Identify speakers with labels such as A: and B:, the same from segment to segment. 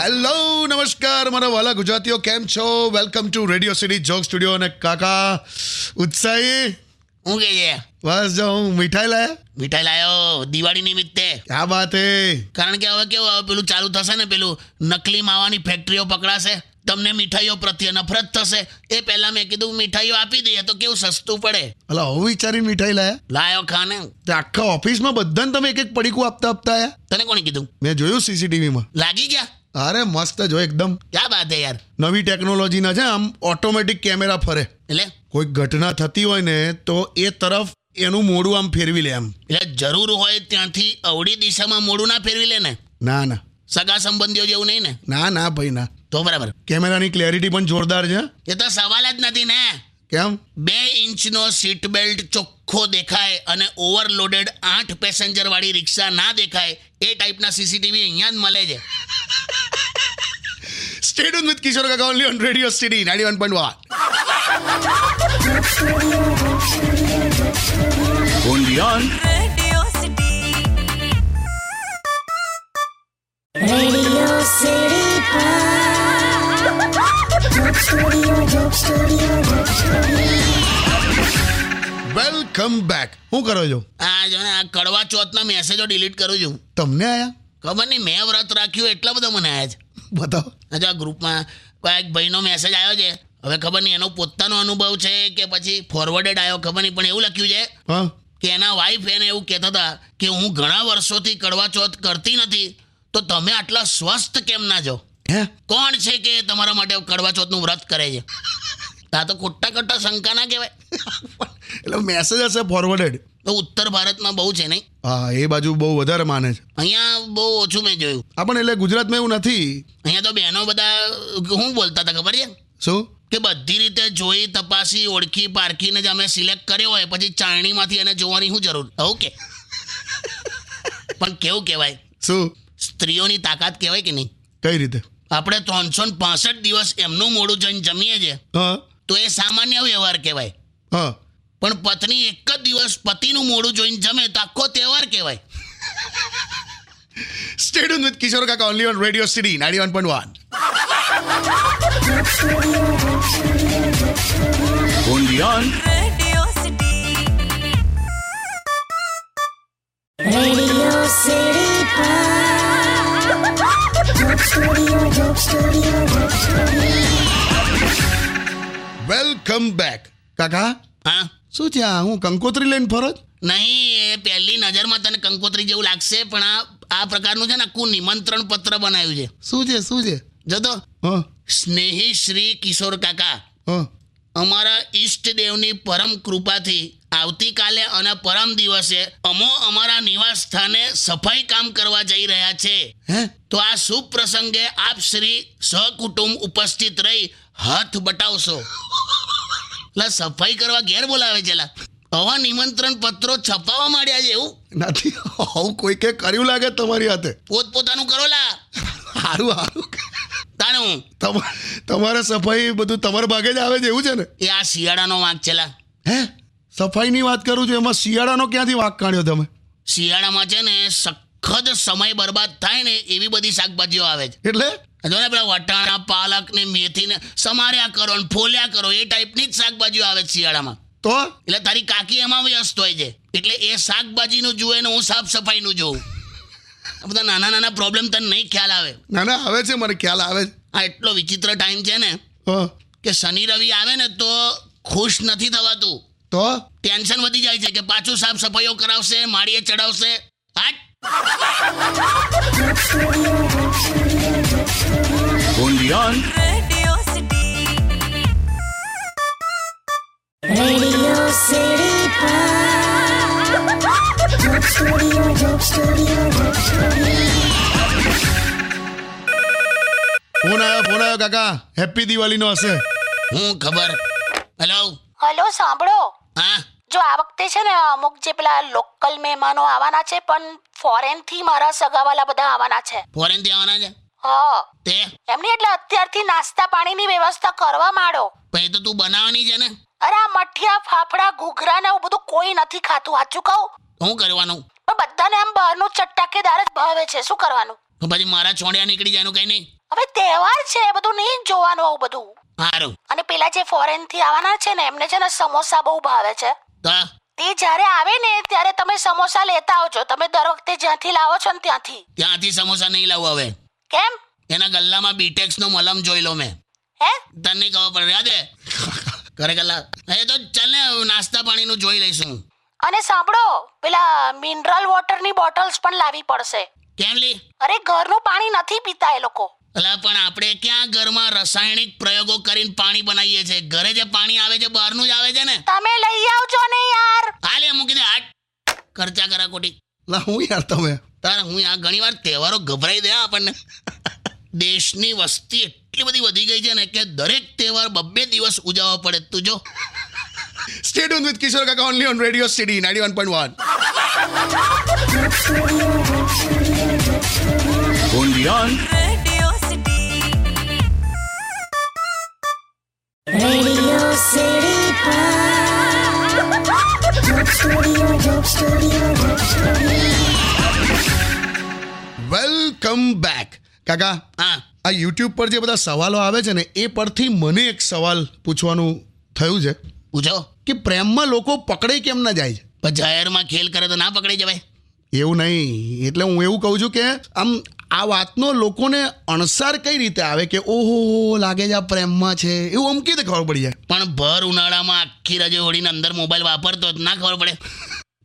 A: Hello નમસ્કાર મારા વાલા ગુજરાતીઓ કેમ છો welcome to radio city joke studio અને કાકા ઉત્સાહી
B: હું કે છે
A: બસ જો હું મીઠાઈ લાયા
B: મીઠાઈ લાયો દિવાળી નિમિત્તે
A: ક્યા બાત હે
B: કારણ કે હવે કેવું હવે પેલું ચાલુ થશે ને પેલું નકલી માવાની ફેક્ટરીઓ પકડાશે તમને મીઠાઈઓ પ્રત્યે નફરત થશે એ પહેલા મેં કીધું મીઠાઈઓ આપી દઈએ તો કેવું સસ્તું પડે
A: અલા હું વિચારી મીઠાઈ લાયા
B: લાયો ખાને
A: તે આખા ઓફિસમાં બધાને તમે એક એક પડીકું આપતા આપતા આયા
B: તને કોણે કીધું
A: મેં જોયું સીસીટીવીમાં
B: લાગી ગયા
A: અરે મસ્ત જો એકદમ
B: ક્યાં વાત હે યાર
A: નવી ટેકનોલોજીના છે આમ ઓટોમેટિક કેમેરા ફરે
B: એટલે
A: કોઈ ઘટના થતી હોય ને તો એ તરફ એનું મોડું આમ ફેરવી લે એમ
B: એટલે જરૂર હોય ત્યાંથી અવળી દિશામાં મોડું ના ફેરવી લે ને
A: ના ના
B: સગા સંબંધીઓ જેવું નહીં ને
A: ના ના ભાઈ ના
B: તો બરાબર
A: કેમેરાની ક્લેરિટી પણ જોરદાર છે
B: એ તો સવાલ જ નથી ને
A: કેમ
B: બે ઇંચનો સીટ બેલ્ટ ચોખ્ખો દેખાય અને ઓવરલોડેડ આઠ પેસેન્જર વાળી રિક્ષા ના દેખાય એ ટાઈપના સીસીટીવી અહીંયા જ મળે છે
A: Stay tuned with Kishore Kaga only on Radio City 91.1.
C: Radio City.
D: Radio City
A: welcome back શું કરો છો
B: આ જો ને આ કડવા ચોથના મેસેજો ડિલીટ કરું છું
A: તમને આયા
B: ખબર નહીં મેં વ્રત રાખ્યું એટલા બધા મને આવ્યા છે
A: બતાવો
B: આ જો આ ગ્રુપમાં એક ભાઈનો મેસેજ આવ્યો છે હવે ખબર નહીં એનો પોતાનો અનુભવ છે કે પછી ફોરવર્ડેડ આવ્યો ખબર નહીં પણ એવું લખ્યું છે
A: હા
B: કે એના વાઈફ એને એવું કહેતા હતા કે હું ઘણા વર્ષોથી કડવા ચોથ કરતી નથી તો તમે આટલા સ્વસ્થ કેમ ના જાઓ
A: હે
B: કોણ છે કે તમારા માટે કડવા ચોથનું વ્રત કરે છે આ તો ખોટા ખોટા શંકા ના કહેવાય
A: એટલે મેસેજ હશે ફોરવર્ડેડ
B: તો ઉત્તર ભારતમાં બહુ છે નહીં
A: હા એ બાજુ બહુ વધારે માને છે
B: અહીંયા બહુ ઓછું મેં જોયું
A: આ પણ એટલે ગુજરાતમાં એવું નથી
B: અહીંયા તો બહેનો બધા શું બોલતા હતા ખબર છે
A: શું
B: કે બધી રીતે જોઈ તપાસી ઓળખી પારખીને જ અમે સિલેક્ટ કર્યો હોય પછી ચાણીમાંથી એને જોવાની શું જરૂર ઓકે પણ કેવું કહેવાય
A: શું
B: સ્ત્રીઓની તાકાત કહેવાય કે નહીં
A: કઈ રીતે
B: આપણે ત્રણસો પાંસઠ દિવસ એમનું મોડું જઈને જમીએ છીએ
A: હા
B: તો એ સામાન્ય વ્યવહાર કહેવાય
A: હા
B: પણ પત્ની એક જ દિવસ પતિનું મોડું જોઈને જમે તો આખો તહેવાર કહેવાય
A: સ્ટે ટ્યુન વિથ કિશોર કાકા only on radio city 91.1
C: Radio City.
D: Radio City
A: welcome back કાકા
B: હા
A: શું છે આ હું કંકોત્રી લઈને ફરો જ
B: નહીં એ પહેલી નજરમાં તને કંકોત્રી જેવું લાગશે પણ આ આ પ્રકારનું છે ને આખું નિમંત્રણ પત્ર બનાવ્યું છે
A: શું છે શું છે
B: જતો
A: હા
B: સ્નેહી શ્રી કિશોર કાકા
A: હા
B: અમારા ઈષ્ટદેવની પરમ કૃપાથી આવતીકાલે અને પરમ દિવસે અમો અમારા નિવાસ સ્થાને સફાઈ કામ કરવા જઈ રહ્યા છે
A: હે
B: તો આ શુભ પ્રસંગે આપ શ્રી સહકુટુંબ ઉપસ્થિત રહી હાથ બટાવશો લા સફાઈ કરવા ઘેર બોલાવે છે લા આવા નિમંત્રણ પત્રો છપાવવા માંડ્યા છે એવું
A: નથી આવું કોઈકે કર્યું લાગે તમારી હાથે
B: પોતપોતાનું કરો લા
A: સારું સારું
B: તાણું
A: તમા- તમારે સફાઈ બધું તમારા ભાગે જ આવે છે એવું છે ને
B: એ આ શિયાળાનો વાંક છે લા
A: હે સફાઈની વાત કરું છું એમાં શિયાળાનો ક્યાંથી વાંક કાઢ્યો તમે
B: શિયાળામાં છે ને સખત સમય બરબાદ થાય ને એવી બધી શાકભાજીઓ આવે છે
A: એટલે
B: જો ને પેલા વટાણા પાલક ને મેથી ને સમાર્યા કરો ને ફોલ્યા કરો એ ટાઈપની જ શાકભાજીઓ આવે છે શિયાળામાં
A: તો
B: એટલે તારી કાકી એમાં વ્યસ્ત હોય છે એટલે એ શાકભાજીનું જુએ ને હું સાફ સફાઈનું જોઉં આ બધા નાના નાના પ્રોબ્લેમ તને નહીં ખ્યાલ આવે
A: ના ના આવે છે મને ખ્યાલ આવે છે
B: આ એટલો વિચિત્ર ટાઈમ છે ને
A: હં.
B: કે શનિ રવિ આવે ને તો ખુશ નથી થવાતું
A: તો
B: ટેન્શન વધી જાય છે કે પાછું સાફ સફાઈઓ કરાવશે માળીએ ચડાવશે હાટ
C: Radio City.
D: Radio City
A: phone આવ્યો ફોન આવ્યો કાકા હેપી દિવાળીનો હશે
B: હું ખબર હેલો
E: હલો સાંભળો
B: હા
E: જો આ વખતે છે ને અમુક જે પેલા લોકલ મહેમાનો આવવાના છે પણ ફોરેન થી મારા સગાવાલા બધા આવવાના છે
B: ફોરેનથી આવવાના છે
E: હ
B: તે
E: એમની એટલે અત્યારથી નાસ્તા પાણીની વ્યવસ્થા કરવા માંડો
B: પછી તો તું બનાવવાની છે ને
E: અરે આ મઠિયા ફાફડા ઘૂઘરા ને એવું બધું કોઈ નથી ખાતું સાચું કહું
B: હું કરવાનું
E: પણ બધાને આમ બહારનું ચટાકેદાર જ ભાવે છે શું કરવાનું
B: તો પછી મારા છોડ્યા નીકળી જાય એનું કંઈ નહીં
E: હવે તહેવાર છે બધું નહીં જોવાનું આવું બધું
B: સારું
E: અને પેલા જે ફોરેન થી આવવાના છે ને એમને છે ને સમોસા બહુ ભાવે છે
B: તો
E: તે જ્યારે આવે ને ત્યારે તમે સમોસા લેતા આવજો તમે દર વખતે જ્યાંથી લાવો છો ને ત્યાંથી
B: ત્યાંથી સમોસા નહીં લાવું હવે
E: કેમ
B: એના ગલ્લામાં બીટેક્સનો મલમ જોઈ લો મેં
E: હે
B: તને નહીં ખબર પડે યાદ હે કરે ગલ્લા એ તો ચાલ ને નાસ્તા પાણીનું જોઈ લઈશું
E: અને સાંભળો પેલા મિનરલ વોટરની બોટલ્સ પણ લાવી પડશે
B: કેમ લી
E: અરે ઘરનું પાણી નથી પીતા એ લોકો
B: અલા પણ આપણે ક્યાં ઘરમાં રાસાયણિક પ્રયોગો કરીને પાણી બનાવીએ છે ઘરે જે પાણી આવે છે બહારનું જ આવે છે ને
E: તમે લઈ આવજો ને યાર
B: હાલ એ મૂકી દે આટ ખર્ચા કરા ખોટી
A: લા હું યાર તમે
B: તાર હું આ ઘણી વાર તહેવારો ગભરાઈ દે હા આપણને દેશની વસ્તી એટલી બધી વધી ગઈ છે ને કે દરેક તહેવાર બબ્બે દિવસ ઉજવવા પડે તું જો
A: સ્ટે ટ્યુન વિથ કિશોર કાકા only on radio city 91.1
C: Radio City.
D: Radio City.
A: Welcome back કાકા
B: હા
A: આ યુટ્યુબ પર જે બધા સવાલો આવે છે ને એ પરથી મને એક સવાલ પૂછવાનું થયું છે
B: પૂછો
A: કે પ્રેમમાં લોકો પકડે કેમ ના જાય છે
B: પણ જાહેરમાં ખેલ કરે તો ના પકડી જવાય
A: એવું નહીં એટલે હું એવું કહું છું કે આમ આ વાતનો લોકોને અણસાર કઈ રીતે આવે કે ઓહો લાગે છે આ પ્રેમમાં છે એવું આમ કઈ રીતે ખબર પડી જાય
B: પણ ભર ઉનાળામાં આખી રજે ઓળીને અંદર મોબાઈલ વાપરતો હોય તો ના ખબર પડે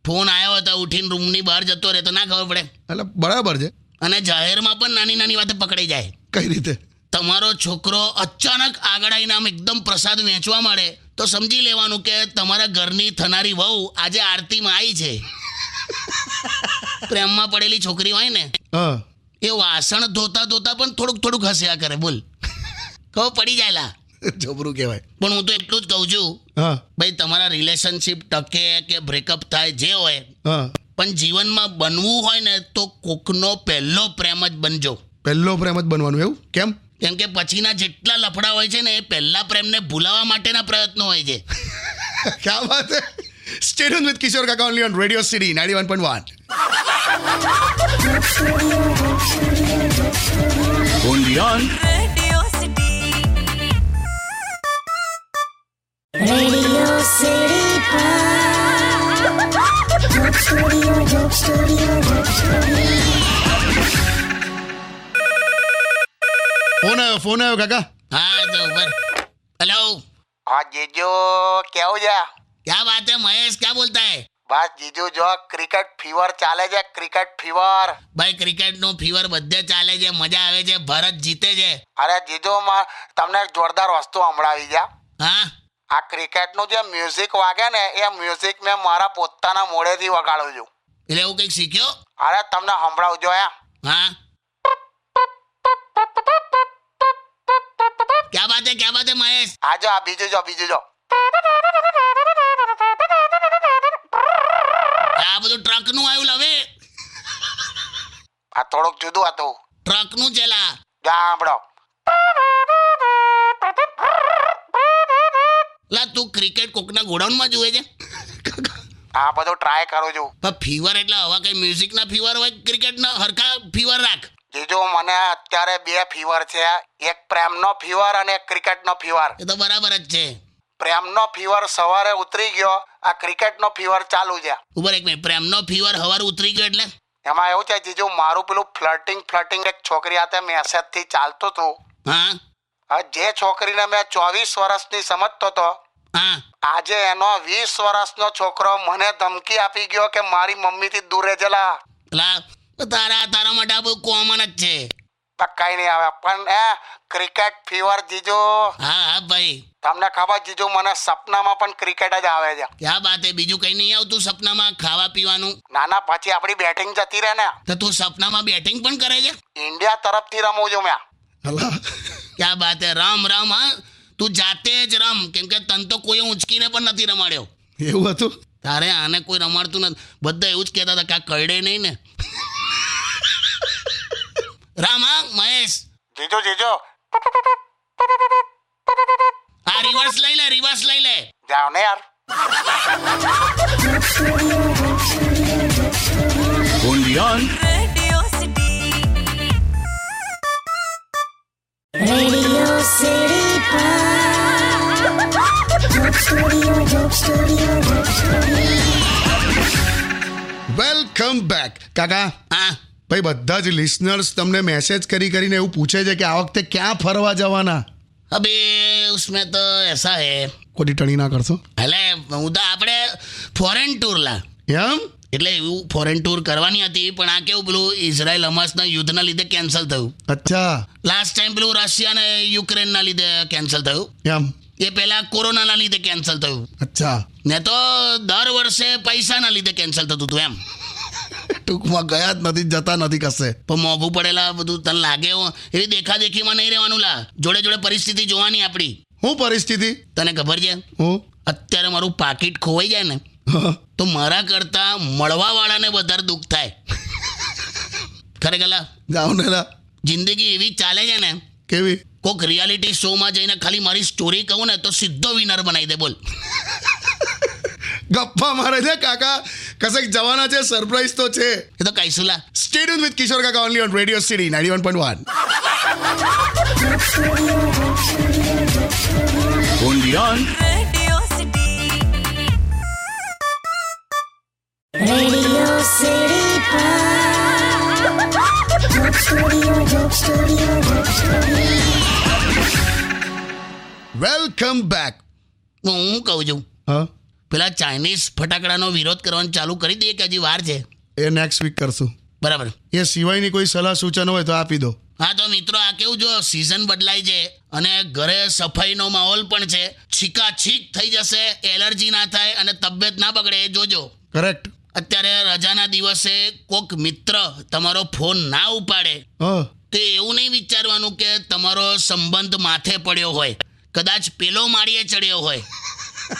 B: ફોન આવ્યો હતો ઉઠીને રૂમની બહાર જતો રહે તો ના ખબર પડે
A: એટલે બરાબર છે
B: અને જાહેરમાં પણ નાની નાની વાતે પકડાઈ જાય
A: કઈ રીતે
B: તમારો છોકરો અચાનક આગળ આવીને આમ એકદમ પ્રસાદ વેચવા મળે તો સમજી લેવાનું કે તમારા ઘરની થનારી વહુ આજે આરતીમાં આવી છે પ્રેમમાં પડેલી છોકરી હોય ને
A: હા
B: એ વાસણ ધોતા ધોતા પણ થોડુંક થોડુંક હસ્યા કરે બોલ કહો પડી જાય લા
A: જબરું કહેવાય
B: પણ હું તો એટલું જ કહું છું
A: હા
B: ભાઈ તમારા રિલેશનશિપ ટકે કે બ્રેકઅપ થાય જે હોય
A: હા
B: પણ જીવનમાં બનવું હોય ને તો કોકનો પહેલો પ્રેમ જ બનજો
A: પહેલો પ્રેમ જ બનવાનું એવું કેમ
B: કેમ કે પછીના જેટલા લફડા હોય છે ને એ પહેલા પ્રેમને ભૂલાવા માટેના પ્રયત્નો હોય છે
A: क्या बात है स्टे ट्यून विद किशोर काका only on radio city 91.1
C: Radio City.
D: Radio City.
A: Phone आयो फोन आयो काका
B: હા તો ઉપર હેલો
F: हाँ जीजू क्या हो जा
B: ક્યાં વાત હે મહેશ ક્યાં બોલતા હે
F: बस जीजू जो क्रिकेट फीवर चाले जा क्रिकेट फीवर
B: ભાઈ ક્રિકેટનું ફીવર બધે ચાલે છે મજા આવે છે ભારત જીતે છે
F: અરે જીજુ માં તમને એક જોરદાર વસ્તુ સંભળાવી જા
B: હા
F: આ ક્રિકેટનું જે મ્યુઝિક વાગે ને એ મ્યુઝિક મેં મારા પોતાના મોડેથી વગાડું છું
B: એટલે એવું કંઈક શીખ્યો
F: અરે તમને સંભળાવજો હે
B: હા ક્યાં વાત હે ક્યાં વાત હે મહેશ
F: આ જો આ બીજું જો બીજું જો
B: આ બધું ટ્રકનું આવ્યું લવે
F: આ થોડુંક જુદું હતું
B: ટ્રકનું છે લા
F: જા સાંભળો
B: લા તું ક્રિકેટ કોકના ગોડાઉનમાં જુએ છે
F: આ બધું ટ્રાય કરું છું
B: પણ ફીવર એટલે હવા કઈ મ્યુઝિકના ફીવર હોય ક્રિકેટના હરખા ફીવર રાખ
F: જીજુ મને અત્યારે બે ફીવર છે એક પ્રેમનો ફીવર અને એક ક્રિકેટનો ફીવર
B: એ તો બરાબર જ છે
F: પ્રેમનો ફીવર સવારે ઉતરી ગયો આ ક્રિકેટનો ફીવર ચાલુ છે
B: ઉપર એક મિનિટ પ્રેમનો ફીવર હવાર ઉતરી ગયો એટલે
F: એમાં એવું છે જીજુ મારું પેલું ફ્લર્ટિંગ ફ્લર્ટિંગ એક છોકરી હાથે મેસેજથી ચાલતું હતું
B: હા
F: હવે જે છોકરીને મેં ચોવીસ વર્ષની સમજતો હતો
B: હા
F: આજે એનો વીસ વર્ષનો છોકરો મને ધમકી આપી ગયો કે મારી મમ્મીથી દૂર રહેજેલા
B: લા તારા તારા માટે આ બધું કોમન જ છે
F: કઈ નહીં આવે પણ એ ક્રિકેટ ફીવર જીજુ
B: હા હા ભાઈ
F: તમને ખબર જીજુ મને સપનામાં પણ ક્રિકેટ જ આવે છે
B: ક્યાં વાત હે બીજું કઈ નહીં આવતું સપનામાં ખાવા પીવાનું
F: નાના પછી આપણી બેટિંગ જતી રહે ને
B: તો તું સપનામાં બેટિંગ પણ કરે છે
F: ઇન્ડિયા તરફથી રમું છું મેં
A: हला
B: ક્યાં વાત હે રમ રમ હા તું જાતે જ રમ કેમ કે તન તો કોઈ ઊંચકીને પણ નથી રમાડ્યો
A: એવું હતું
B: તારે આને કોઈ રમાડતું નથી બધા એવું જ કહેતા હતા કે આ કરડે નહીં ને રામ હા મહેશ
F: જીજુ જીજુ
B: આ રિવર્સ લઈ લે રિવર્સ લઈ લે
F: જાઓ ને યાર
C: Radio City.
D: Radio City Pod. Dope Studio, Dope Studio, Dope Studio.
A: Welcome back કાકા
B: હા
A: ભાઈ બધા જ લિસનર્સ તમને મેસેજ કરી કરીને એવું પૂછે છે કે આ વખતે ક્યાં ફરવા જવાના
B: अबे उसमें तो ऐसा है
A: ખોટી ટણી ના કરશો
B: એટલે હું તો આપણે ફોરેન ટૂર લા
A: એમ
B: એટલે એવું ફોરેન ટૂર કરવાની હતી પણ આ કેવું પેલું ઇઝરાયલ હમાસના યુદ્ધના લીધે કેન્સલ થયું
A: અચ્છા
B: લાસ્ટ ટાઈમ પેલું રશિયા અને યુક્રેનના લીધે કેન્સલ થયું
A: એમ
B: એ પહેલાં કોરોનાના લીધે કેન્સલ થયું
A: અચ્છા
B: ને તો દર વર્ષે પૈસાના લીધે કેન્સલ થતું હતું એમ
A: ટૂંકમાં ગયા જ નથી જતા નથી કશે
B: પણ મોંઘું પડેલા બધું તને લાગે એવો- એવી દેખાદેખીમાં નહીં રહેવાનું લા જોડે જોડે પરિસ્થિતિ જોવાની આપણી
A: હું પરિસ્થિતિ
B: તને ખબર છે
A: હું
B: અત્યારે મારું પાકીટ ખોવાઈ જાય ને
A: હ,
B: તો મારા કરતાં મળવાવાળાને વધારે દુઃખ થાય ખરેખર લા,
A: જાઓ ને લા.
B: જિંદગી એવી ચાલે છે ને
A: કેવી
B: કોક રિયાલિટી શોમાં જઈને ખાલી મારી સ્ટોરી કહું ને તો સીધો વિનર બનાવી દે બોલ
A: ગપ્પા મારે છે કાકા કશેક જવાના છે સરપ્રાઈઝ તો છે
B: એ તો કહીશું લા
A: સ્ટેડિયમ વિથ કિશોર કાકા only on radio city ninety one point one
C: Radio City.
D: Radio City Pod. Dope Studio, Dope Studio, Dope Studio.
A: Welcome back
B: હું હું કહું છું
A: હા
B: પેલા ચાઇનીઝ ફટાકડાનો વિરોધ કરવાનું ચાલુ કરી દઈએ કે હજી વાર છે
A: એ નેક્સ્ટ વીક કરશું
B: બરાબર
A: એ સિવાયની કોઈ સલાહ સૂચન હોય તો આપી દો
B: હા તો મિત્રો આ કેવું જો સિઝન બદલાય છે અને ઘરે સફાઈનો માહોલ પણ છે છીકાછીક થઈ જશે એલર્જી ના થાય અને તબિયત ના બગડે એ જોજો
A: કરેક્ટ
B: અત્યારે રજાના દિવસે કોક મિત્ર તમારો ફોન ના ઉપાડે
A: હા
B: તો એવું નહીં વિચારવાનું કે તમારો સંબંધ માથે પડ્યો હોય કદાચ પેલો માળીએ ચડ્યો હોય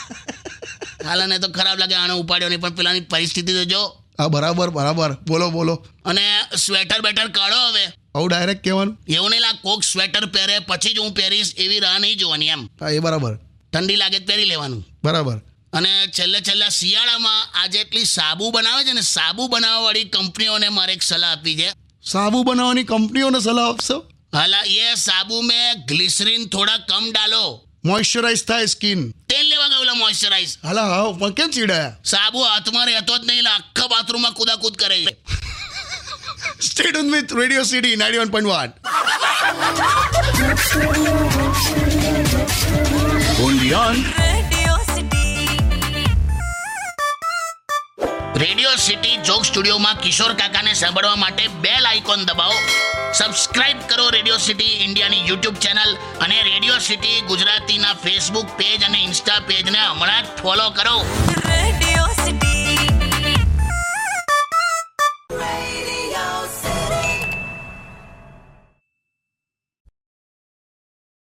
B: હાલાને તો ખરાબ લાગે આણે ઉપાડ્યો નહીં પણ પેલાની પરિસ્થિતિ તો જો
A: હા બરાબર બરાબર બોલો બોલો
B: અને સ્વેટર બેટર કાઢો હવે
A: આવું ડાયરેક્ટ કહેવાનું
B: એવું નહીં લાગ કોક સ્વેટર પહેરે પછી જ હું પહેરીશ એવી રાહ નહીં જોવાની એમ
A: હા એ બરાબર
B: ઠંડી લાગે તો પહેરી લેવાનું
A: બરાબર
B: અને છેલ્લે છેલ્લા શિયાળામાં આ જેટલી સાબુ બનાવે છે ને સાબુ બનાવવાવાળી કંપનીઓને મારે એક સલાહ આપી છે
A: સાબુ બનાવવાની કંપનીઓને સલાહ આપશો
B: હાલા એ સાબુ મેં ગ્લિસરીન થોડા કમ ડાલો
A: મોઇશ્ચરાઇઝ થાય સ્કિન
B: તેલ લેવા ગયેલો મોઇશ્ચરાઇઝ
A: હાલા હા પણ કેમ ચીડાયા
B: સાબુ હાથમાં રહેતો જ નહીં એટલે આખા બાથરૂમમાં કુદાકૂદ કરે છે
A: stadium with radio city ninety one point one
C: Radio City.
B: Radio city joke સ્ટુડિયોમાં કિશોર કાકાને સાંભળવા માટે બેલ આઇકોન દબાવો સબસ્ક્રાઇબ કરો રેડિયો સિટી ઇન્ડિયાની યુટ્યુબ ચેનલ અને રેડિયો સિટી ગુજરાતીના ફેસબુક પેજ અને ઇન્સ્ટા પેજને હમણાં જ ફોલો કરો
C: Radio